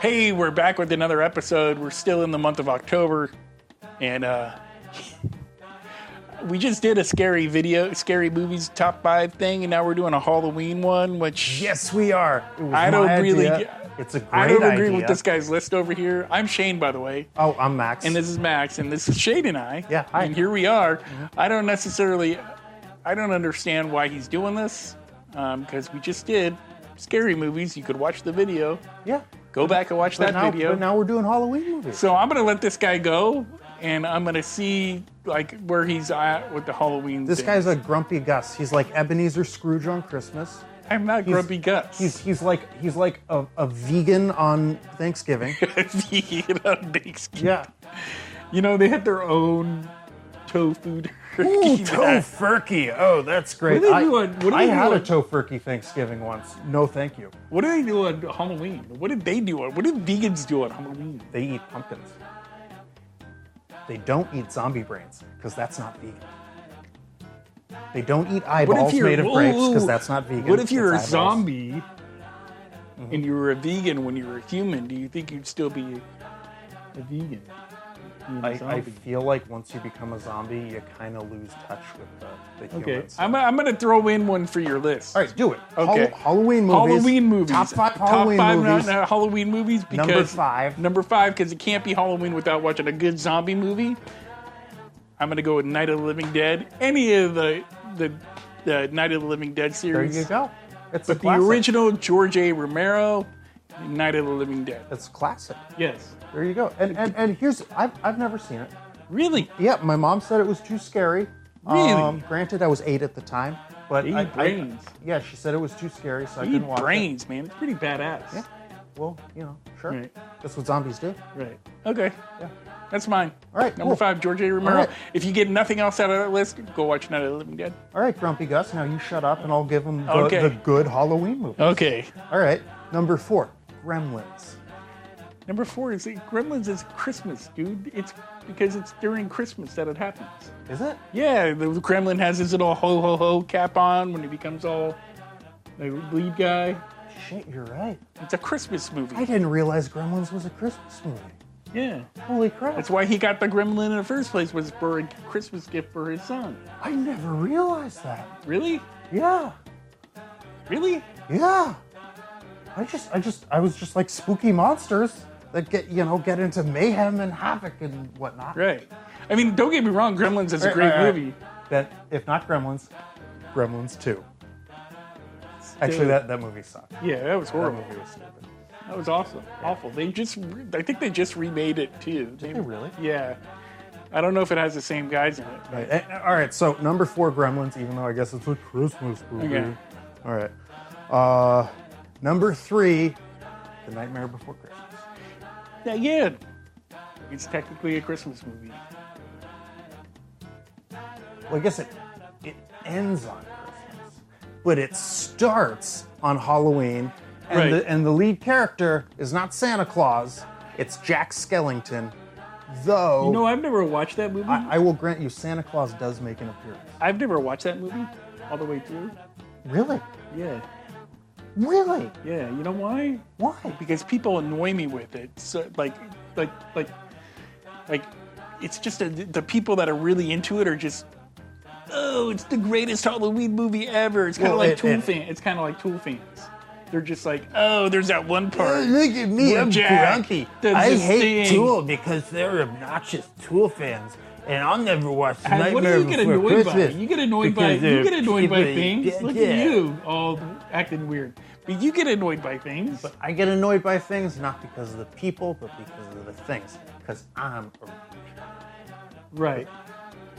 Hey, we're back with another episode. We're still in the month of October, and uh, we just did a scary video, scary movies top five thing, and now we're doing a Halloween one, which Yes, we are. It was I don't my really idea. get- It's a great I don't agree idea. with this guy's list over here. I'm Shane, by the way, Oh, I'm Max. and this is Max, and this is Shane and I. Yeah, hi. Mm-hmm. And here we are. I don't necessarily, I don't understand why he's doing this, because we just did scary movies. You could watch the video. yeah. Go back and watch But that now, video. but now we're doing Halloween movies. So I'm gonna let this guy go, and I'm gonna see like where he's at with the Halloween. This thing. guy's a grumpy Gus. He's like Ebenezer Scrooge on Christmas. I'm not grumpy guts. He's he's like he's like a, a vegan on Thanksgiving. vegan on Thanksgiving. yeah. You know they had their own tofu turkey. Ooh, back. tofurkey. Oh, that's great. What do they I, do on- what do I they do had on- a tofurkey Thanksgiving once. No, thank you. What do they do on Halloween? What did they do on? What did vegans do on Halloween? They eat pumpkins. They don't eat zombie brains because that's not vegan. They don't eat eyeballs made of ooh, grapes because ooh, that's not Mm-hmm. vegan. What if you're a It's eyeballs. zombie and you were a vegan when you were a human? Do you think you'd still be a vegan? Being a I, I zombie. feel like once you become a zombie, you kind of lose touch with the, the okay, humans. I'm, I'm gonna throw in one for your list. uh, All right, do it. Okay. Hall- Halloween movies. Halloween movies. Top five Halloween Top five movies. Not, not Halloween movies because Number five. Number five because it can't be Halloween without watching a good zombie movie. I'm gonna go with Night of the Living Dead. Any of the the, the Night of the Living Dead There series. you go. It's a But the classic. original George A. Romero, Night of the Living Dead. It's a classic. Yes. There you go. And and, and here's I've, I've never seen it. Really? Yeah, my mom said it was too scary. Um, Really? granted, I was eight at the time, but Eat I, I- brains. yeah, she said it was too scary, so I Eat couldn't watch brains, man. It's pretty badass. it. Yeah. Well, you know, sure. Right. That's what zombies do. Right. Okay. Yeah. That's mine. All right, Number cool. five, George A. Romero. right. If you get nothing else out of that list, go watch Night of the Living Dead. All right, Grumpy Gus. Now you shut up, and I'll give him the, Okay. the good Halloween movie. Okay. All right, number four, Gremlins. Number four is that Gremlins is Christmas, dude. It's because it's during Christmas that it happens. Is it? Yeah, the Gremlin has his little ho ho ho cap on when he becomes all the lead guy. Shit, you're right. It's a Christmas movie. I didn't realize Gremlins was a Christmas movie. yeah, Holy crap! that's why he got the Gremlin in the first place was for a Christmas gift for his son. I never realized that. Really, Yeah, really? yeah. I just, I just, I was just like spooky monsters that get, you know, get into mayhem and havoc and whatnot. Right. I mean, don't get me wrong. Gremlins is a Right, great right, right. movie. That, if not Gremlins, Gremlins Two. Dude, Actually, that, that movie sucked. yeah, that was That horrible. movie was stupid. That was awesome. Awful. They just, re- I think they just remade it too. Did they really? Yeah. I don't know if it has the same guys in it. All right, eh, all right, so number four, Gremlins, even though I guess it's a Christmas movie. Okay. All right. Uh, number three, The Nightmare Before Christmas. Yeah, yeah. It's technically a Christmas movie. Well, I guess it, it ends on Christmas, but it starts on Halloween, and, Right. the, and the lead character is not Santa Claus, it's Jack Skellington, though No, I've never watched that movie. Oh. I, I, I will grant you Santa Claus does make an appearance. have never watched that movie all the way through. Really? Yeah, Really? yeah. You know why? Why? Because people annoy me with it. So, like, like, like, like, it's just a, the people that are really into it are just. Oh, it's the greatest Halloween movie ever. It's kind of Well, like it- Tool it- fans. It's kind of like Tool fans. They're just like, oh, there's that one part. Uh, Look at me, Well, I'm Jack grumpy. does I his hate thing. Tool because they're obnoxious Tool fans, and I'll never watch the And Nightmare what do you get Before annoyed Christmas by? You get annoyed by because you they're get annoyed by stupid. things. Look Yeah. at you, all acting weird. But you get annoyed by things. I get annoyed by things not because of the people, but because of the things. Because I'm a right.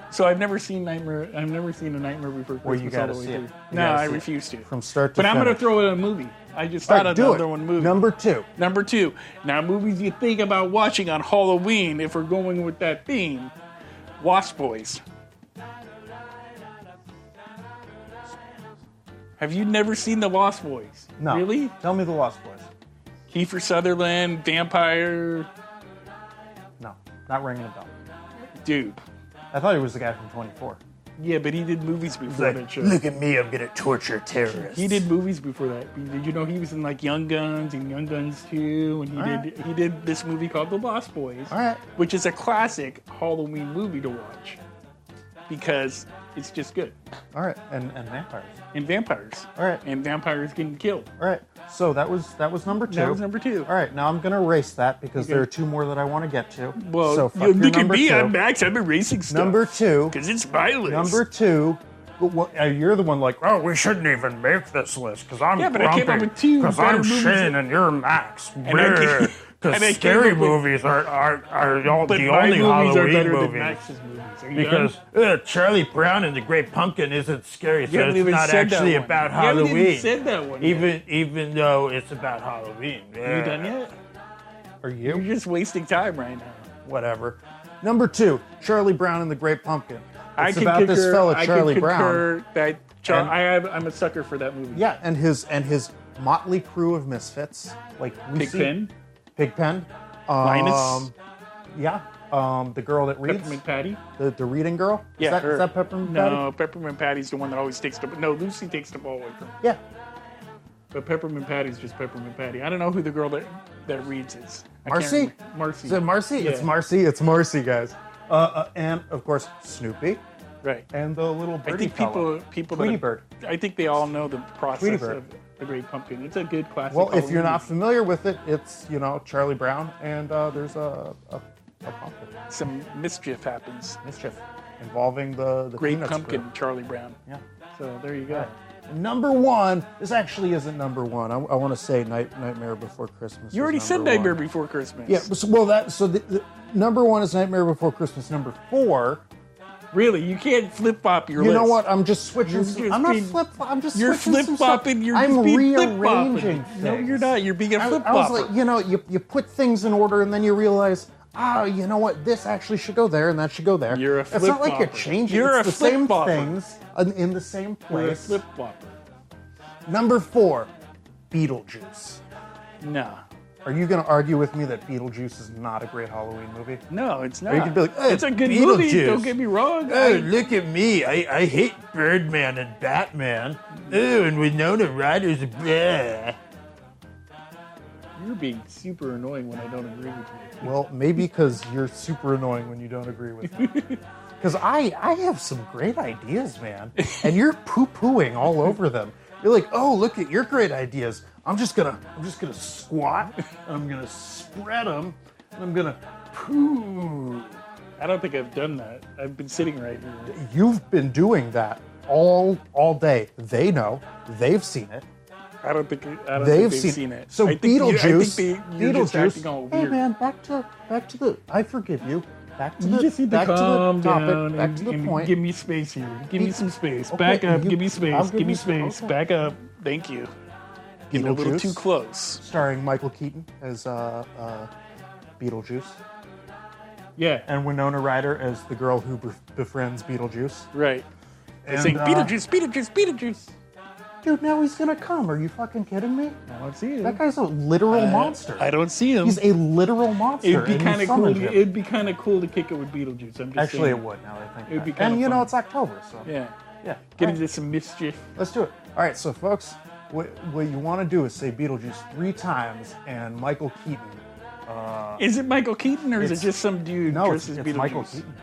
So I've never seen Nightmare. I've never seen a Nightmare Before Christmas. Well, you all gotta the way see it. through. You No, gotta I see it. refuse to. From start to But I'm gonna finish. throw in a movie. I just All thought right, of do another it. one movie. Number two. Number two. Now, movies you think about watching on Halloween, if we're going with that theme, Lost Boys. Have you never seen The Lost Boys? No. Really? Tell me the Lost Boys. Kiefer Sutherland, vampire, No, not ringing a bell. dude. I thought he was the guy from 24. Yeah, but he did movies before that Like, show. look at me, I'm gonna torture terrorists. He did movies before that. Did you know he was in like Young Guns and Young Guns 2 and he All did he did this movie called The Lost Boys, All right. which is a classic Halloween movie to watch because it's just good. All right, and and vampires. And vampires. All right. And vampires getting killed. All right. So that was that was number two. That was number two. All right. Now I'm gonna erase that because Okay. there are two more that I want to get to. Well, so you, fuck your look at number me, two. I'm Max. I'm erasing stuff. Number two. because it's violence. Number two. but what- uh, You're the one like, oh, we shouldn't even make this list because I'm Yeah, but I came up with two because better I'm movies Shane than- and you're Max. I came- and I Because came scary up with- movies are are, are all, but the my only movies are Halloween better movies. than Max's movies. Are you Because done? uh, Charlie Brown and the Great Pumpkin isn't scary, so You haven't it's even not said that actually one. about You haven't Halloween. even said that one yet. Even even though it's about Halloween. are you done uh, yet? Are you? You're just wasting time right now. whatever. Number two, Charlie Brown and the Great Pumpkin. It's can about this concur- fella I can Charlie Brown. concur That Char- And- I have, I'm a sucker for that movie. Yeah, and his and his motley crew of misfits, like we see- Pigpen, Pigpen, um, Linus, yeah, um, the girl that reads, Peppermint Patty. the, the reading girl. Yeah, is that, is her. that Peppermint No, Patty? Peppermint Patty's the one that always takes the. No, Lucy takes the ball away from. her. Yeah, But Peppermint Patty's just Peppermint Patty. I don't know who the girl that that reads is. I can't Marcy. remember. Marcy. Is it Marcy? It's Yeah. Marcy. It's Marcy, guys. Uh, uh, and of course Snoopy Right. and the little birdie I think fella. people people Tweety that Bird. I think they all know the Tweety process Bird. of the Great Pumpkin. It's a good classic. Well, if Halloween you're not movie. familiar with it, it's you know Charlie Brown and uh, there's a, a, a pumpkin some mischief happens. mischief involving the the Great Peanuts Pumpkin, group. Charlie Brown. Yeah. So there you go. Number one. This actually isn't number one. I, I want to say Night, Nightmare Before Christmas. You was already said number Nightmare one. Before Christmas. Yeah. So, well, that so the, the number one is Nightmare Before Christmas. Number four. Really, you can't flip flop your You list. know what? I'm just switching. You're some- just I'm not being- flip. I'm just You're switching flip some stuff. flopping. You're I'm just being rearranging. flip-flopping. No, you're things. not. You're being a I- flip I, was flopper. like, you know, you, you put things in order and then you realize, ah, you know what? This actually should go there and that should go there. You're a It's not like you're flip-flopper. changing. You're it's a the same flip-flopper. things in, in the same You're a place. flip flopper. Number four, Beetlejuice. No, Are you going to argue with me that Beetlejuice is not a great Halloween movie? no, it's not. you could be like, "Hey, it's a good movie. Beetlejuice." Don't get me wrong. Oh, I- look at me. I, I hate Birdman and Batman. Oh, and Winona Ryder's bleh. you're being super annoying when I don't agree with you. Well, maybe because you're super annoying when you don't agree with me. Because I, I have some great ideas, man, and you're poo-pooing all over them. You're like, oh, look at your great ideas. I'm just gonna, I'm just gonna squat, and I'm gonna spread them, and I'm gonna poo. I don't think I've done that. I've been sitting right here. You've been doing that all, all day. They know. They've seen it. I don't think I don't They've think they've seen, seen, it. So I think you- Beetlejuice, I think they, you're just acting all Beetlejuice. weird. Hey man, back to back to the. I forgive you. Back to You the. just need to back calm to the topic. down back and, to the and point. give me space here. Give me Be- some space. Okay, Back up. you- give me I'll space. give Give me you some- space. okay. Back up. Thank you. Getting a little Beetlejuice. too close. Starring Michael Keaton as uh, uh, Beetlejuice Yeah. and Winona Ryder as the girl who bef- befriends Beetlejuice. Right. They And, sing uh, Beetlejuice, Beetlejuice, Beetlejuice. Dude, now he's gonna come. Are you fucking kidding me? I don't see him. That guy's a literal monster. I don't see him. He's a literal monster. it'd be and you kind of cool. summoned To, him. it'd be kind of cool to kick it with Beetlejuice. I'm just Actually, it saying. would. Now that I think. It'd be about it. and kinda you know fun. it's October, so Yeah. yeah. Get Alright. into some mischief. Let's do it. All right, so folks, what, what you want to do is say Beetlejuice three times, and Michael Keaton. Uh, Is it Michael Keaton or is it It's- just some dude no, it's, dressed as it's Beetlejuice? Michael Keaton.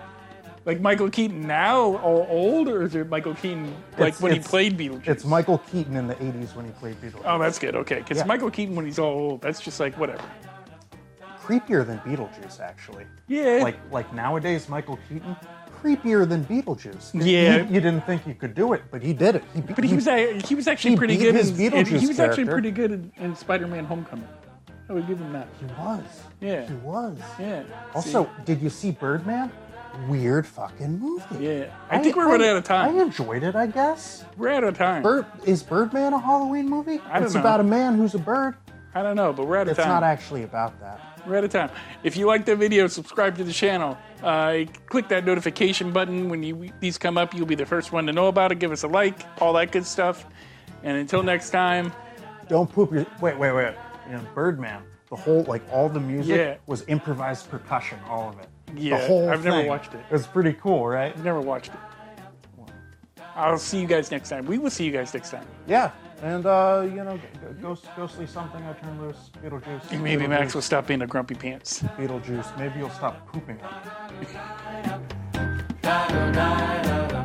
Like Michael Keaton now, all old, or is it Michael Keaton like It's- when he it's- played Beetlejuice? It's Michael Keaton in the '80s when he played Beetlejuice. Oh, that's good. Okay, because Yeah. Michael Keaton, when he's all old, that's just like whatever. creepier than Beetlejuice, actually. Yeah. Like like nowadays, Michael Keaton creepier than Beetlejuice. You- Yeah. You, you didn't think you could do it, but he did it. He, But he was a- he was actually He pretty beat good. his in, in- he Beetlejuice was actually character. pretty good in, in Spider-Man: Homecoming. I would give him that. He was. Yeah. He was. Yeah. Also, See? did you see Birdman? Weird fucking movie. Yeah. I think we're running out of time. I enjoyed it, I guess. we're out of time. Bird is Birdman a Halloween movie? I don't it's know. about a man who's a bird. I don't know, but we're out of It's time. not actually about that. we're out of time. If you liked the video, subscribe to the channel. Uh, click that notification button when you these come up. You'll be the first one to know about it. Give us a like, all that good stuff. And until next time, Don't poop your wait, wait, wait. You know, Birdman, the whole like all the music Yeah. was improvised percussion, all of it. Yeah, the whole I've never thing. watched it. It was pretty cool, right? I've never watched it. Well, I'll see you guys next time. We will see you guys next time. Yeah, and uh, you know, g- g- ghost, ghostly something. I turn loose. Beetlejuice. Maybe Beetlejuice, Max will stop being a grumpy pants. Beetlejuice. Maybe you'll stop pooping on me. da da da da